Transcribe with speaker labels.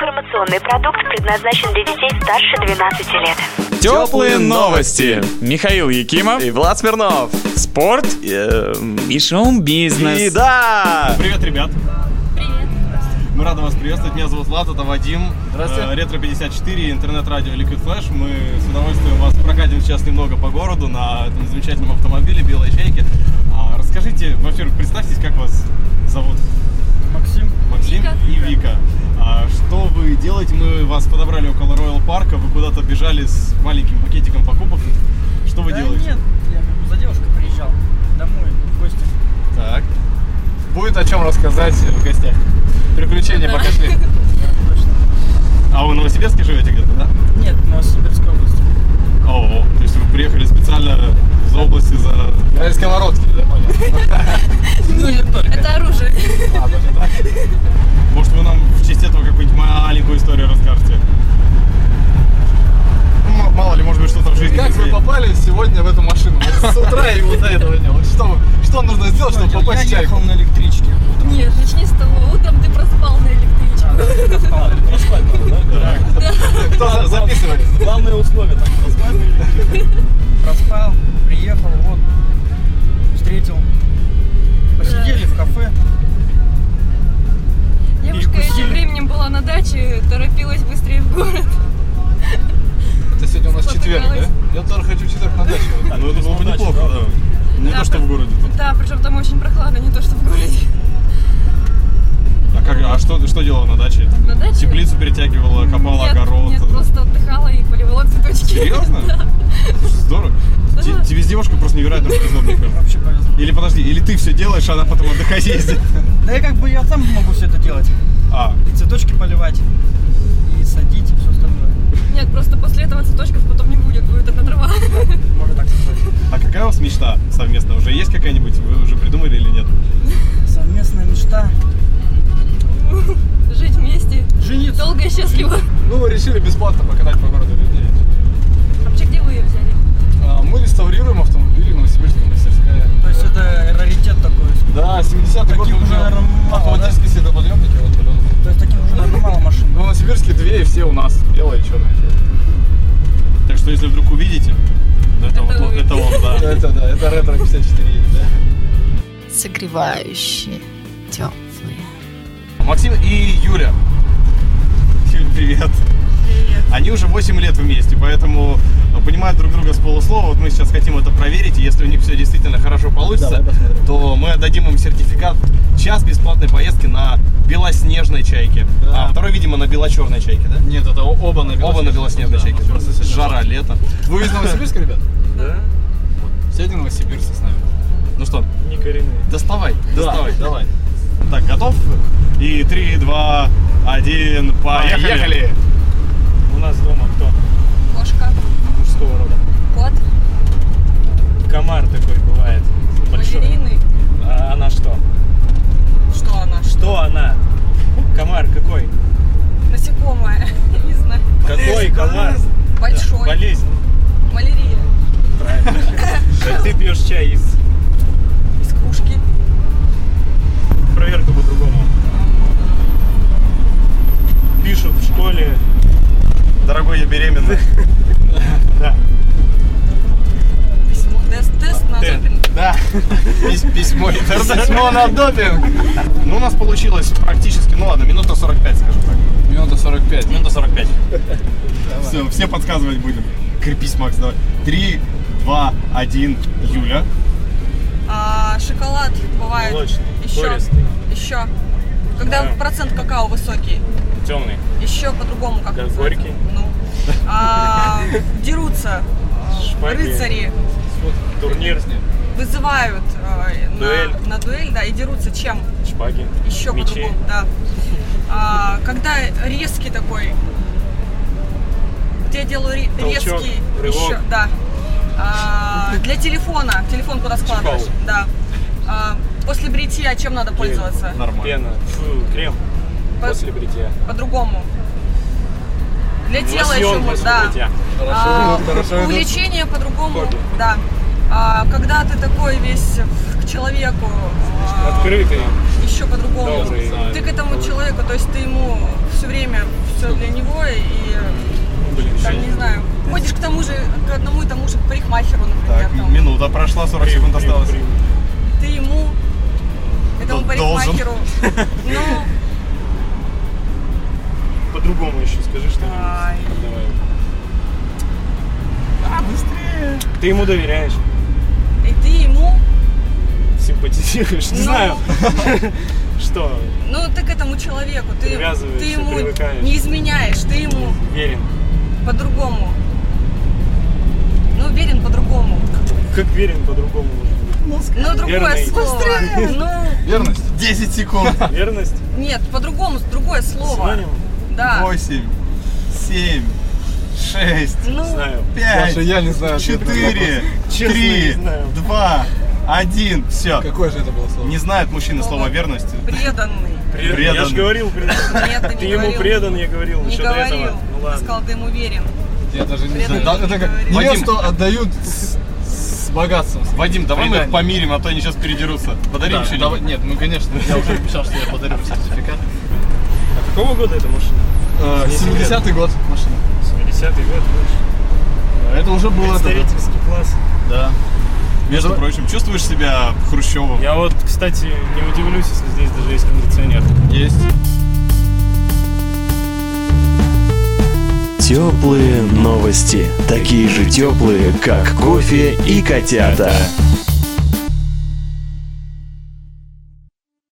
Speaker 1: Информационный продукт предназначен для детей старше 12 лет.
Speaker 2: Теплые новости. Михаил Якимов,
Speaker 3: И Влад Смирнов.
Speaker 2: спорт
Speaker 3: Эм,
Speaker 2: и шоу-бизнес.
Speaker 3: И да!
Speaker 4: Привет, ребят! Привет! Мы рады вас приветствовать. Меня зовут Влад, это Вадим. Здравствуйте. Ретро 54, интернет-радио Liquid Flash. Мы с удовольствием вас прокатим сейчас немного по городу на этом замечательном автомобиле белой чайки. А, расскажите, во-первых, представьтесь, как вас зовут?
Speaker 5: Максим,
Speaker 4: Максим и Вика. А, что вы делаете? Мы вас подобрали около Royal парка, вы куда-то бежали с маленьким пакетиком покупок. Что вы
Speaker 5: да
Speaker 4: делаете?
Speaker 5: нет, я как бы за девушкой приезжал домой в гости.
Speaker 4: Так. Будет о чем рассказать в гостях. Приключения покажи. А вы в Новосибирске живете где-то, да?
Speaker 5: Нет, в Новосибирской области.
Speaker 4: О, то есть вы приехали специально из области за... Я из Комородки, да, понятно.
Speaker 6: Это оружие.
Speaker 4: Может, вы нам в честь этого какую-нибудь маленькую историю расскажете? Ну, м- Мало ли, может быть, что-то в жизни.
Speaker 7: Как вы
Speaker 4: людей.
Speaker 7: попали сегодня в эту машину? Вот С утра и вот до этого не было. Что, вы- что нужно сделать, чтобы
Speaker 5: Я
Speaker 7: попасть в
Speaker 5: ехал
Speaker 7: чайку?
Speaker 5: на электричке.
Speaker 6: Нет, начни с того, утром ты проспал на электричке.
Speaker 7: Кто за- записывает?
Speaker 5: Проспал, приехал, вот, встретил. Посидели в кафе.
Speaker 6: Девушка этим временем была на даче, торопилась быстрее в город.
Speaker 7: Это сегодня у нас четверг,
Speaker 6: Спотыкалась.
Speaker 7: да? Я тоже хочу в четверг на дачу.
Speaker 4: Ну, это было бы неплохо, да. Не
Speaker 6: Да,
Speaker 4: то, что в
Speaker 6: про-
Speaker 4: городе тут.
Speaker 6: Да, причем там очень прохладно, не то что в городе.
Speaker 4: А, как, а что, что делала на даче?
Speaker 6: На даче?
Speaker 4: Теплицу перетягивала, копала
Speaker 6: Нет,
Speaker 4: огород.
Speaker 6: Нет, просто отдыхала и поливала цветочки.
Speaker 4: Серьезно? Здорово. Те- Тебе с девушкой просто невероятно повезло, мне кажется.
Speaker 5: Вообще повезло.
Speaker 4: Или подожди, или ты все делаешь, а она потом отдыхать ездит.
Speaker 5: Да я как бы я сам могу все это делать.
Speaker 4: А,
Speaker 5: И цветочки поливать, и садить, и все остальное.
Speaker 6: Нет, просто после этого цветочков потом не будет, будет одна трава.
Speaker 5: Можно так сказать.
Speaker 4: а какая у вас мечта совместная? Уже есть какая-нибудь? Вы уже придумали или нет?
Speaker 5: Совместная мечта.
Speaker 6: Жить вместе.
Speaker 5: Жениться.
Speaker 6: Долго и счастливо.
Speaker 7: Ну, мы решили бесплатно покатать по городу людей.
Speaker 6: Вообще, где вы ее взяли?
Speaker 7: А, Мы реставрируем ну, автомобили Новосибирская мастерская.
Speaker 5: То есть это раритет такой.
Speaker 7: Да, 70-й год
Speaker 5: Таких
Speaker 7: был
Speaker 5: уже, наверное, мало,
Speaker 7: автоматические сервоподъемники. Вот, пожалуйста.
Speaker 5: То есть таких уже, наверное, мало машин.
Speaker 7: В Новосибирске Ну, две и все у нас. Белые и черные.
Speaker 4: Так что если вдруг увидите, ну, это,
Speaker 6: Это
Speaker 4: вот-
Speaker 6: вы.
Speaker 4: это он, да.
Speaker 7: Это да, это ретро 54 да.
Speaker 8: согревающие, теплые.
Speaker 7: Максим и Юля.
Speaker 4: Фильм, привет. Они уже 8 лет вместе, поэтому э, понимают друг друга с полуслова. Вот мы сейчас хотим это проверить, и если у них все действительно хорошо получится,
Speaker 7: Давай посмотрим.
Speaker 4: то мы отдадим им сертификат час бесплатной поездки на белоснежной чайке.
Speaker 7: Да.
Speaker 4: А второй, видимо, на белочерной чайке, да?
Speaker 7: Нет, это оба на
Speaker 4: Оба на белоснежной
Speaker 7: Да,
Speaker 4: чайке.
Speaker 7: у нас просто сегодня
Speaker 4: Жара, лето.
Speaker 7: Вы из Новосибирска, ребят? Да. Сегодня Новосибирцы с нами.
Speaker 4: Ну что,
Speaker 7: Не коренные.
Speaker 4: доставай, доставай.
Speaker 7: давай.
Speaker 4: Так, готов? И 3, 2, 1, поехали!
Speaker 7: Поехали!
Speaker 4: У нас дома кто?
Speaker 6: Кошка,
Speaker 4: Мужского рода.
Speaker 6: кот,
Speaker 4: Комар такой бывает.
Speaker 6: балерины.
Speaker 4: А она что?
Speaker 6: Что она?
Speaker 4: Что она? Комар какой?
Speaker 6: Насекомое. Не знаю.
Speaker 4: Какой комар?
Speaker 6: Большой.
Speaker 4: Болезнь.
Speaker 6: Малярия.
Speaker 4: Так ты пьешь чай из...
Speaker 6: Из кружки.
Speaker 4: Проверка по-другому. Пишут в школе. Дорогой, я беременна.
Speaker 6: Письмо. Тест, тест на
Speaker 4: Тест.
Speaker 6: допинг.
Speaker 4: Да. Письмо.
Speaker 7: Письмо на допинг!
Speaker 4: Ну, у нас получилось практически, ну ладно, минута 45, скажем так.
Speaker 7: Минута 45.
Speaker 4: Минута 45. Все, все подсказывать будем. Крепись, Макс, давай. 3, 2, 1, Юля.
Speaker 6: А, шоколад бывает еще. Еще. Когда процент какао высокий.
Speaker 4: Темный.
Speaker 6: Еще по-другому как называется. горький. Ну. А, дерутся. а, Рыцари
Speaker 4: Турнир.
Speaker 6: вызывают а, на-
Speaker 4: Дуэль.
Speaker 6: на дуэль, да, и дерутся чем?
Speaker 4: Шпаги.
Speaker 6: Еще
Speaker 4: Мечи.
Speaker 6: по-другому, да. А, когда резкий такой, вот я делаю ре-
Speaker 4: Толчок,
Speaker 6: резкий,
Speaker 4: рывок.
Speaker 6: еще, да. А, для телефона, телефон куда складываешь,
Speaker 4: Шпагу.
Speaker 6: да. А, после бритья чем надо пользоваться?
Speaker 4: Нормально.
Speaker 9: Пена, фу, крем
Speaker 6: По-
Speaker 9: после бритья.
Speaker 6: По-другому. Для тела
Speaker 9: Лосьон
Speaker 6: еще можно,
Speaker 9: после
Speaker 6: да.
Speaker 9: бритья.
Speaker 6: А,
Speaker 7: хорошо идут.
Speaker 6: увлечение по-другому,
Speaker 9: Хобби.
Speaker 6: да. А, когда ты такой весь в- к человеку, а,
Speaker 9: Открытый.
Speaker 6: еще по-другому.
Speaker 9: Добрый.
Speaker 6: Ты к этому человеку, то есть ты ему все время все все для него и там, не знаю, ходишь к тому же, к одному и тому же к парикмахеру, например,
Speaker 4: Так,
Speaker 6: там.
Speaker 4: минута прошла, 40 секунд осталось.
Speaker 6: ты ему, этому
Speaker 4: Д- должен.
Speaker 6: парикмахеру, ну,
Speaker 7: По-другому еще скажи, что
Speaker 6: ай,
Speaker 7: Ты ему доверяешь,
Speaker 6: и ты ему,
Speaker 7: симпатизируешь, не
Speaker 6: ну,
Speaker 7: знаю, что,
Speaker 6: ну, ты к этому человеку, ты,
Speaker 7: Привязываешься,
Speaker 6: ты ему
Speaker 7: привыкаешь.
Speaker 6: не изменяешь, ты ему
Speaker 7: верен.
Speaker 6: по-другому, ну, верен по-другому,
Speaker 7: Как верен по-другому может быть?
Speaker 6: но другое
Speaker 7: Верный.
Speaker 6: слово, ну,
Speaker 3: Верность? 10 секунд.
Speaker 7: Верность?
Speaker 6: нет, по-другому, другое слово,
Speaker 7: Синоним?
Speaker 6: да,
Speaker 3: 8, 7, 6,
Speaker 6: ну,
Speaker 7: Знаю.
Speaker 3: 5,
Speaker 8: я не знаю. ответ на этот
Speaker 3: 4,
Speaker 7: Честно,
Speaker 3: 3,
Speaker 7: не знаю.
Speaker 3: 2, 1. Все.
Speaker 8: вопрос. Какое же это было слово?
Speaker 3: Не знает мужчина слово верность.
Speaker 6: преданный,
Speaker 7: Я
Speaker 3: Предан.
Speaker 7: же говорил, предан.
Speaker 6: нет, ты не
Speaker 7: Ты ему
Speaker 6: говорил.
Speaker 7: предан, я говорил,
Speaker 6: Не
Speaker 7: еще до
Speaker 6: говорил,
Speaker 7: этого. Ну
Speaker 6: ты
Speaker 7: ладно.
Speaker 6: сказал, ты ему уверен.
Speaker 8: Я даже не
Speaker 6: Преданный
Speaker 8: знаю. Да, Это как
Speaker 6: говорил.
Speaker 8: невесту отдают с с богатством.
Speaker 4: Вадим, давай мы
Speaker 8: Предание.
Speaker 4: их помирим, а то они сейчас передерутся. Подарим
Speaker 8: Да,
Speaker 4: что-нибудь.
Speaker 8: давай- Нет, ну конечно, я уже обещал, что я подарю сертификат.
Speaker 7: Какого года эта машина?
Speaker 8: Э, 70-й год машина.
Speaker 7: 70-й год,
Speaker 3: Ну,
Speaker 7: больше.
Speaker 8: Это уже было... это, да.
Speaker 7: Представительский класс.
Speaker 8: Да.
Speaker 4: Между прочим, чувствуешь себя Хрущевым?
Speaker 7: Я вот, кстати, не удивлюсь, если здесь даже есть кондиционер.
Speaker 4: Есть.
Speaker 9: Теплые новости. Такие же теплые, как кофе и котята.